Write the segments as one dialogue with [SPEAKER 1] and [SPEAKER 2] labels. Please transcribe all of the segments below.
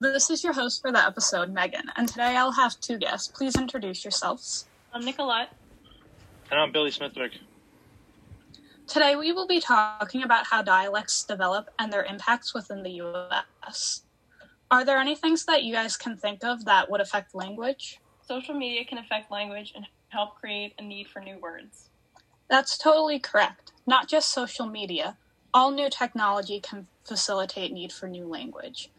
[SPEAKER 1] This is your host for the episode, Megan, and today I'll have two guests. Please introduce yourselves.
[SPEAKER 2] I'm Nicolette.
[SPEAKER 3] And I'm Billy Smithwick.
[SPEAKER 1] Today we will be talking about how dialects develop and their impacts within the US. Are there any things that you guys can think of that would affect language?
[SPEAKER 2] Social media can affect language and help create a need for new words.
[SPEAKER 1] That's totally correct. Not just social media, all new technology can facilitate need for new language.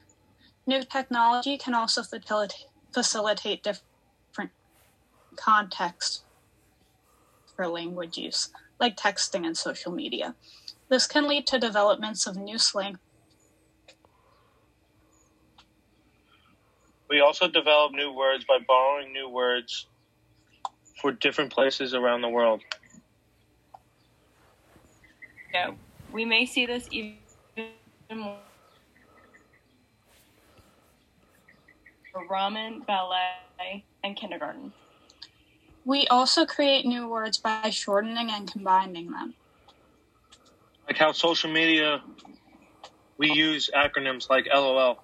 [SPEAKER 1] New technology can also facilitate facilitate different contexts for language use, like texting and social media. This can lead to developments of new slang
[SPEAKER 3] We also develop new words by borrowing new words for different places around the world.
[SPEAKER 2] Go. We may see this even more. for Ramen, ballet, and kindergarten.
[SPEAKER 1] We also create new words by shortening and combining them.
[SPEAKER 3] Like how social media, we use acronyms like LOL.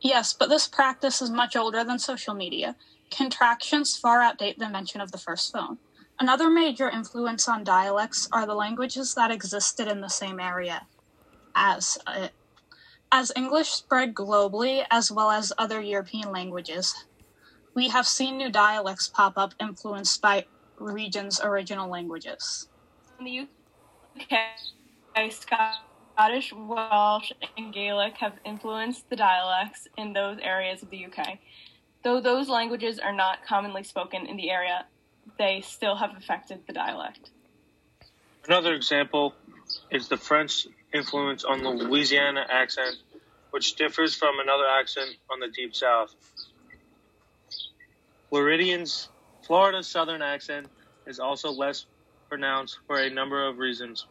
[SPEAKER 1] Yes, but this practice is much older than social media. Contractions far outdate the mention of the first phone. Another major influence on dialects are the languages that existed in the same area as it. As English spread globally, as well as other European languages, we have seen new dialects pop up influenced by regions' original languages.
[SPEAKER 2] In the UK, Scottish, Welsh, and Gaelic have influenced the dialects in those areas of the UK. Though those languages are not commonly spoken in the area, they still have affected the dialect.
[SPEAKER 3] Another example is the French influence on the Louisiana accent, which differs from another accent on the Deep South. Floridians, Florida's southern accent is also less pronounced for a number of reasons,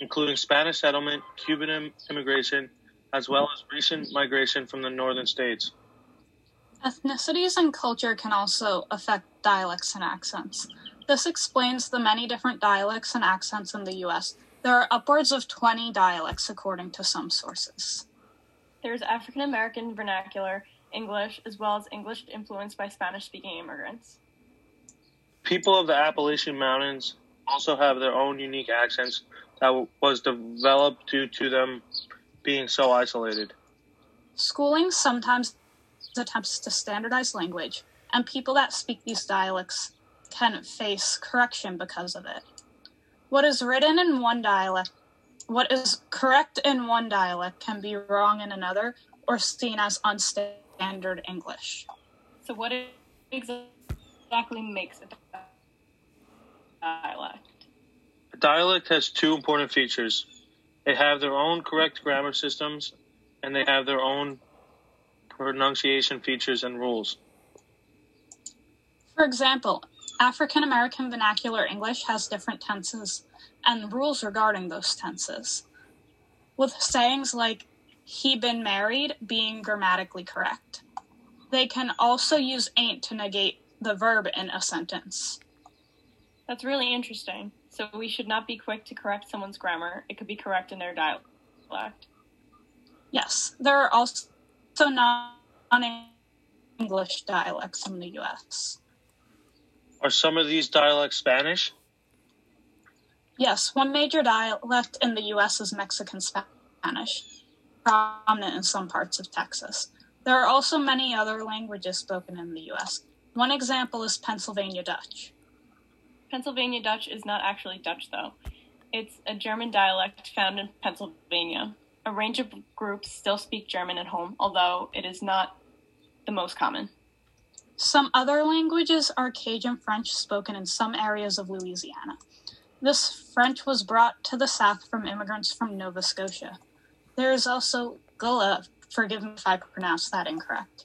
[SPEAKER 3] including Spanish settlement, Cuban im- immigration, as well as recent migration from the northern states.
[SPEAKER 1] Ethnicities and culture can also affect dialects and accents. This explains the many different dialects and accents in the US. There are upwards of 20 dialects, according to some sources.
[SPEAKER 2] There's African American vernacular English, as well as English influenced by Spanish speaking immigrants.
[SPEAKER 3] People of the Appalachian Mountains also have their own unique accents that w- was developed due to them being so isolated.
[SPEAKER 1] Schooling sometimes attempts to standardize language, and people that speak these dialects can face correction because of it. What is written in one dialect, what is correct in one dialect, can be wrong in another or seen as unstandard English.
[SPEAKER 2] So, what exactly makes a dialect?
[SPEAKER 3] A dialect has two important features. They have their own correct grammar systems, and they have their own pronunciation features and rules.
[SPEAKER 1] For example, African American vernacular English has different tenses and rules regarding those tenses, with sayings like he been married being grammatically correct. They can also use ain't to negate the verb in a sentence.
[SPEAKER 2] That's really interesting. So we should not be quick to correct someone's grammar. It could be correct in their dialect.
[SPEAKER 1] Yes, there are also non English dialects in the US.
[SPEAKER 3] Are some of these dialects Spanish?
[SPEAKER 1] Yes, one major dialect in the U.S. is Mexican Spanish, prominent in some parts of Texas. There are also many other languages spoken in the U.S. One example is Pennsylvania Dutch.
[SPEAKER 2] Pennsylvania Dutch is not actually Dutch, though. It's a German dialect found in Pennsylvania. A range of groups still speak German at home, although it is not the most common.
[SPEAKER 1] Some other languages are Cajun French spoken in some areas of Louisiana. This French was brought to the South from immigrants from Nova Scotia. There is also Gullah, forgive me if I pronounce that incorrect.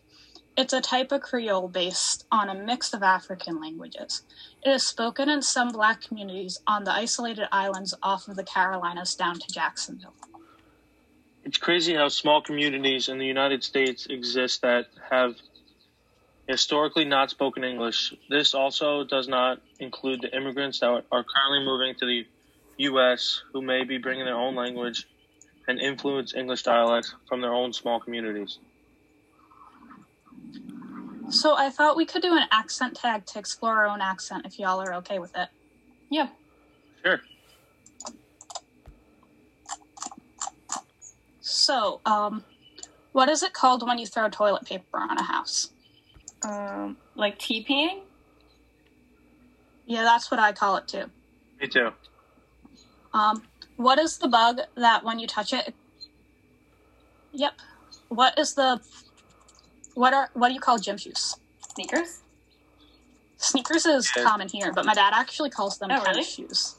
[SPEAKER 1] It's a type of Creole based on a mix of African languages. It is spoken in some black communities on the isolated islands off of the Carolinas down to Jacksonville.
[SPEAKER 3] It's crazy how small communities in the United States exist that have historically not spoken English. This also does not include the immigrants that are currently moving to the U.S. who may be bringing their own language and influence English dialects from their own small communities.
[SPEAKER 1] So I thought we could do an accent tag to explore our own accent if y'all are okay with it.
[SPEAKER 2] Yeah.
[SPEAKER 3] Sure.
[SPEAKER 1] So, um, what is it called when you throw toilet paper on a house?
[SPEAKER 2] Um, like TPing?
[SPEAKER 1] Yeah, that's what I call it too.
[SPEAKER 3] Me too.
[SPEAKER 1] Um, what is the bug that when you touch it? Yep. What is the what are what do you call gym shoes?
[SPEAKER 2] Sneakers?
[SPEAKER 1] Sneakers is
[SPEAKER 3] Yeah.
[SPEAKER 1] common here, but my dad actually calls them
[SPEAKER 2] Oh,
[SPEAKER 1] tennis
[SPEAKER 2] really?
[SPEAKER 1] shoes.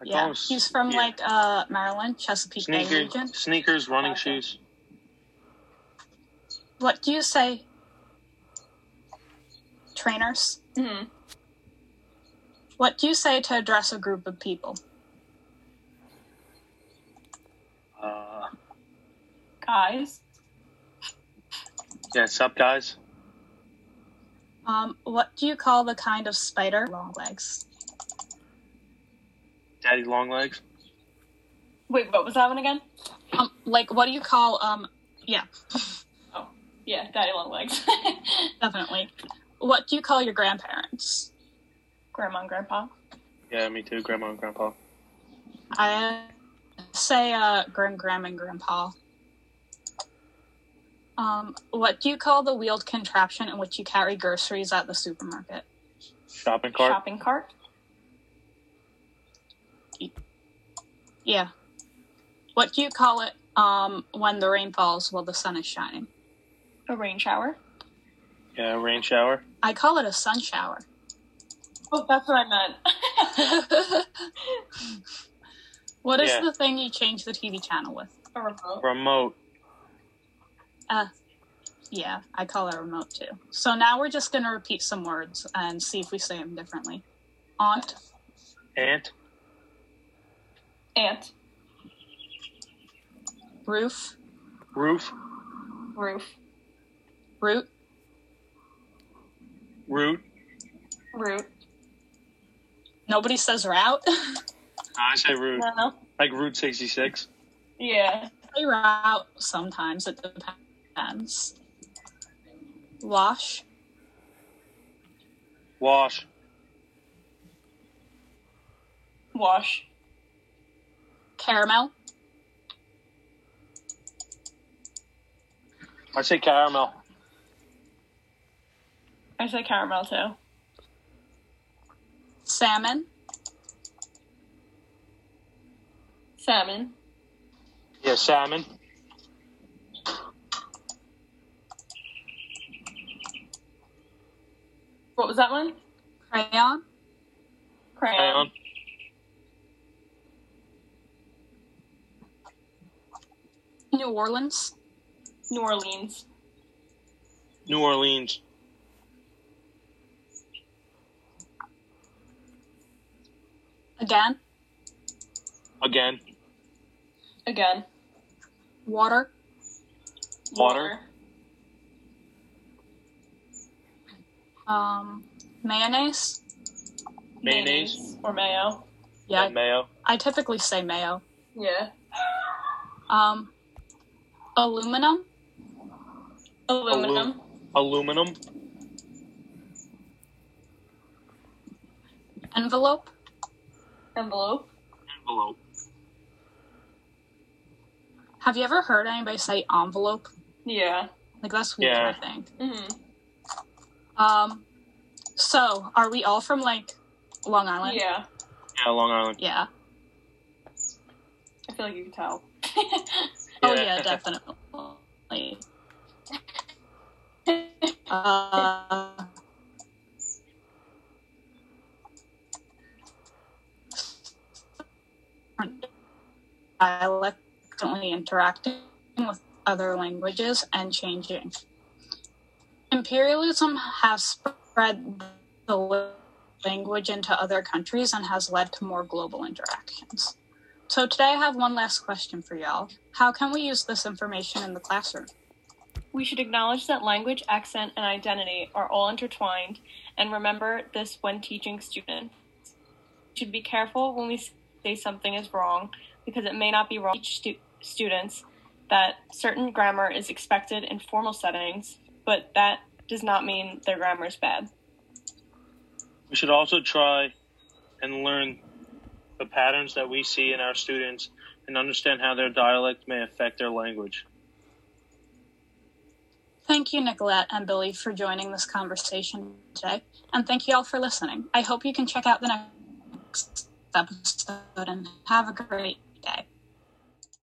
[SPEAKER 3] I call
[SPEAKER 1] Yeah,
[SPEAKER 3] them
[SPEAKER 1] he's from
[SPEAKER 3] yeah.
[SPEAKER 1] like uh, Maryland, Chesapeake Bay
[SPEAKER 3] sneakers,
[SPEAKER 1] region.
[SPEAKER 3] sneakers, running
[SPEAKER 2] Okay.
[SPEAKER 3] shoes.
[SPEAKER 1] What do you say? Trainers.
[SPEAKER 2] hmm
[SPEAKER 1] What do you say to address a group of people?
[SPEAKER 3] Uh,
[SPEAKER 2] Guys?
[SPEAKER 3] yeah, sup guys.
[SPEAKER 1] Um, what do you call the kind of spider long legs?
[SPEAKER 3] Daddy long legs.
[SPEAKER 2] Wait, what was that one again?
[SPEAKER 1] Um, like what do you call um? Yeah,
[SPEAKER 2] Yeah, daddy long legs.
[SPEAKER 1] definitely. What do you call your grandparents?
[SPEAKER 2] Grandma and grandpa.
[SPEAKER 3] Yeah, me too. Grandma and grandpa.
[SPEAKER 1] I say uh, grim, gram, and grandpa. Um, what do you call the wheeled contraption in which you carry groceries at the supermarket?
[SPEAKER 3] Shopping cart.
[SPEAKER 2] Shopping cart.
[SPEAKER 1] Yeah. What do you call it um, when the rain falls while the sun is shining?
[SPEAKER 2] A rain shower.
[SPEAKER 3] Yeah, rain shower.
[SPEAKER 1] I call it a sun shower.
[SPEAKER 2] Oh, that's what I meant.
[SPEAKER 1] what is
[SPEAKER 3] Yeah.
[SPEAKER 1] the thing you change the TV channel with?
[SPEAKER 2] a remote.
[SPEAKER 3] Remote.
[SPEAKER 1] Yeah, I call it a remote too. So now we're just going to repeat some words and see if we say them differently. Aunt,
[SPEAKER 3] Ant.
[SPEAKER 2] Ant.
[SPEAKER 1] roof,
[SPEAKER 3] Roof.
[SPEAKER 2] Roof.
[SPEAKER 1] root,
[SPEAKER 3] Root.
[SPEAKER 2] Root.
[SPEAKER 1] Nobody says route.
[SPEAKER 3] I say root.
[SPEAKER 2] No, no.
[SPEAKER 3] Like Route 66.
[SPEAKER 2] Yeah.
[SPEAKER 1] Say route sometimes. It depends. Wash,
[SPEAKER 3] Wash.
[SPEAKER 2] Wash.
[SPEAKER 1] caramel,
[SPEAKER 3] I say caramel.
[SPEAKER 2] I say caramel too.
[SPEAKER 1] salmon,
[SPEAKER 2] Salmon.
[SPEAKER 3] Yeah, salmon.
[SPEAKER 2] What was that one?
[SPEAKER 1] crayon,
[SPEAKER 2] Crayon.
[SPEAKER 3] Crayon.
[SPEAKER 1] New Orleans,
[SPEAKER 2] New Orleans.
[SPEAKER 3] New Orleans.
[SPEAKER 1] again,
[SPEAKER 3] Again.
[SPEAKER 2] Again.
[SPEAKER 1] water,
[SPEAKER 3] Water.
[SPEAKER 1] um, mayonnaise.
[SPEAKER 3] Mayonnaise.
[SPEAKER 2] Or mayo.
[SPEAKER 1] Yeah,
[SPEAKER 3] And mayo.
[SPEAKER 1] I typically say mayo.
[SPEAKER 2] Yeah.
[SPEAKER 1] Um, aluminum,
[SPEAKER 2] Aluminum.
[SPEAKER 3] Aluminum.
[SPEAKER 1] envelope,
[SPEAKER 2] Envelope.
[SPEAKER 3] Envelope.
[SPEAKER 1] Have you ever heard anybody say envelope?
[SPEAKER 2] Yeah.
[SPEAKER 1] Like that's weird,
[SPEAKER 3] Yeah.
[SPEAKER 1] I think.
[SPEAKER 2] Mm-hmm.
[SPEAKER 1] Um so are we all from like Long Island?
[SPEAKER 2] Yeah.
[SPEAKER 3] Yeah, Long Island.
[SPEAKER 1] Yeah.
[SPEAKER 2] I feel like you can tell.
[SPEAKER 1] Oh yeah, definitely. uh, dialect constantly interacting with other languages and changing. Imperialism has spread the language into other countries and has led to more global interactions. So today I have one last question for y'all. How can we use this information in the classroom?
[SPEAKER 2] We should acknowledge that language, accent, and identity are all intertwined and remember this when teaching students. We should be careful when we say something is wrong because it may not be wrong. Each stu- students that certain grammar is expected in formal settings, but that does not mean their grammar is bad.
[SPEAKER 3] We should also try and learn the patterns that we see in our students and understand how their dialect may affect their language.
[SPEAKER 1] Thank you, Nicolette and Billy, for joining this conversation today. And thank you all for listening. I hope you can check out the next episode and have a great day.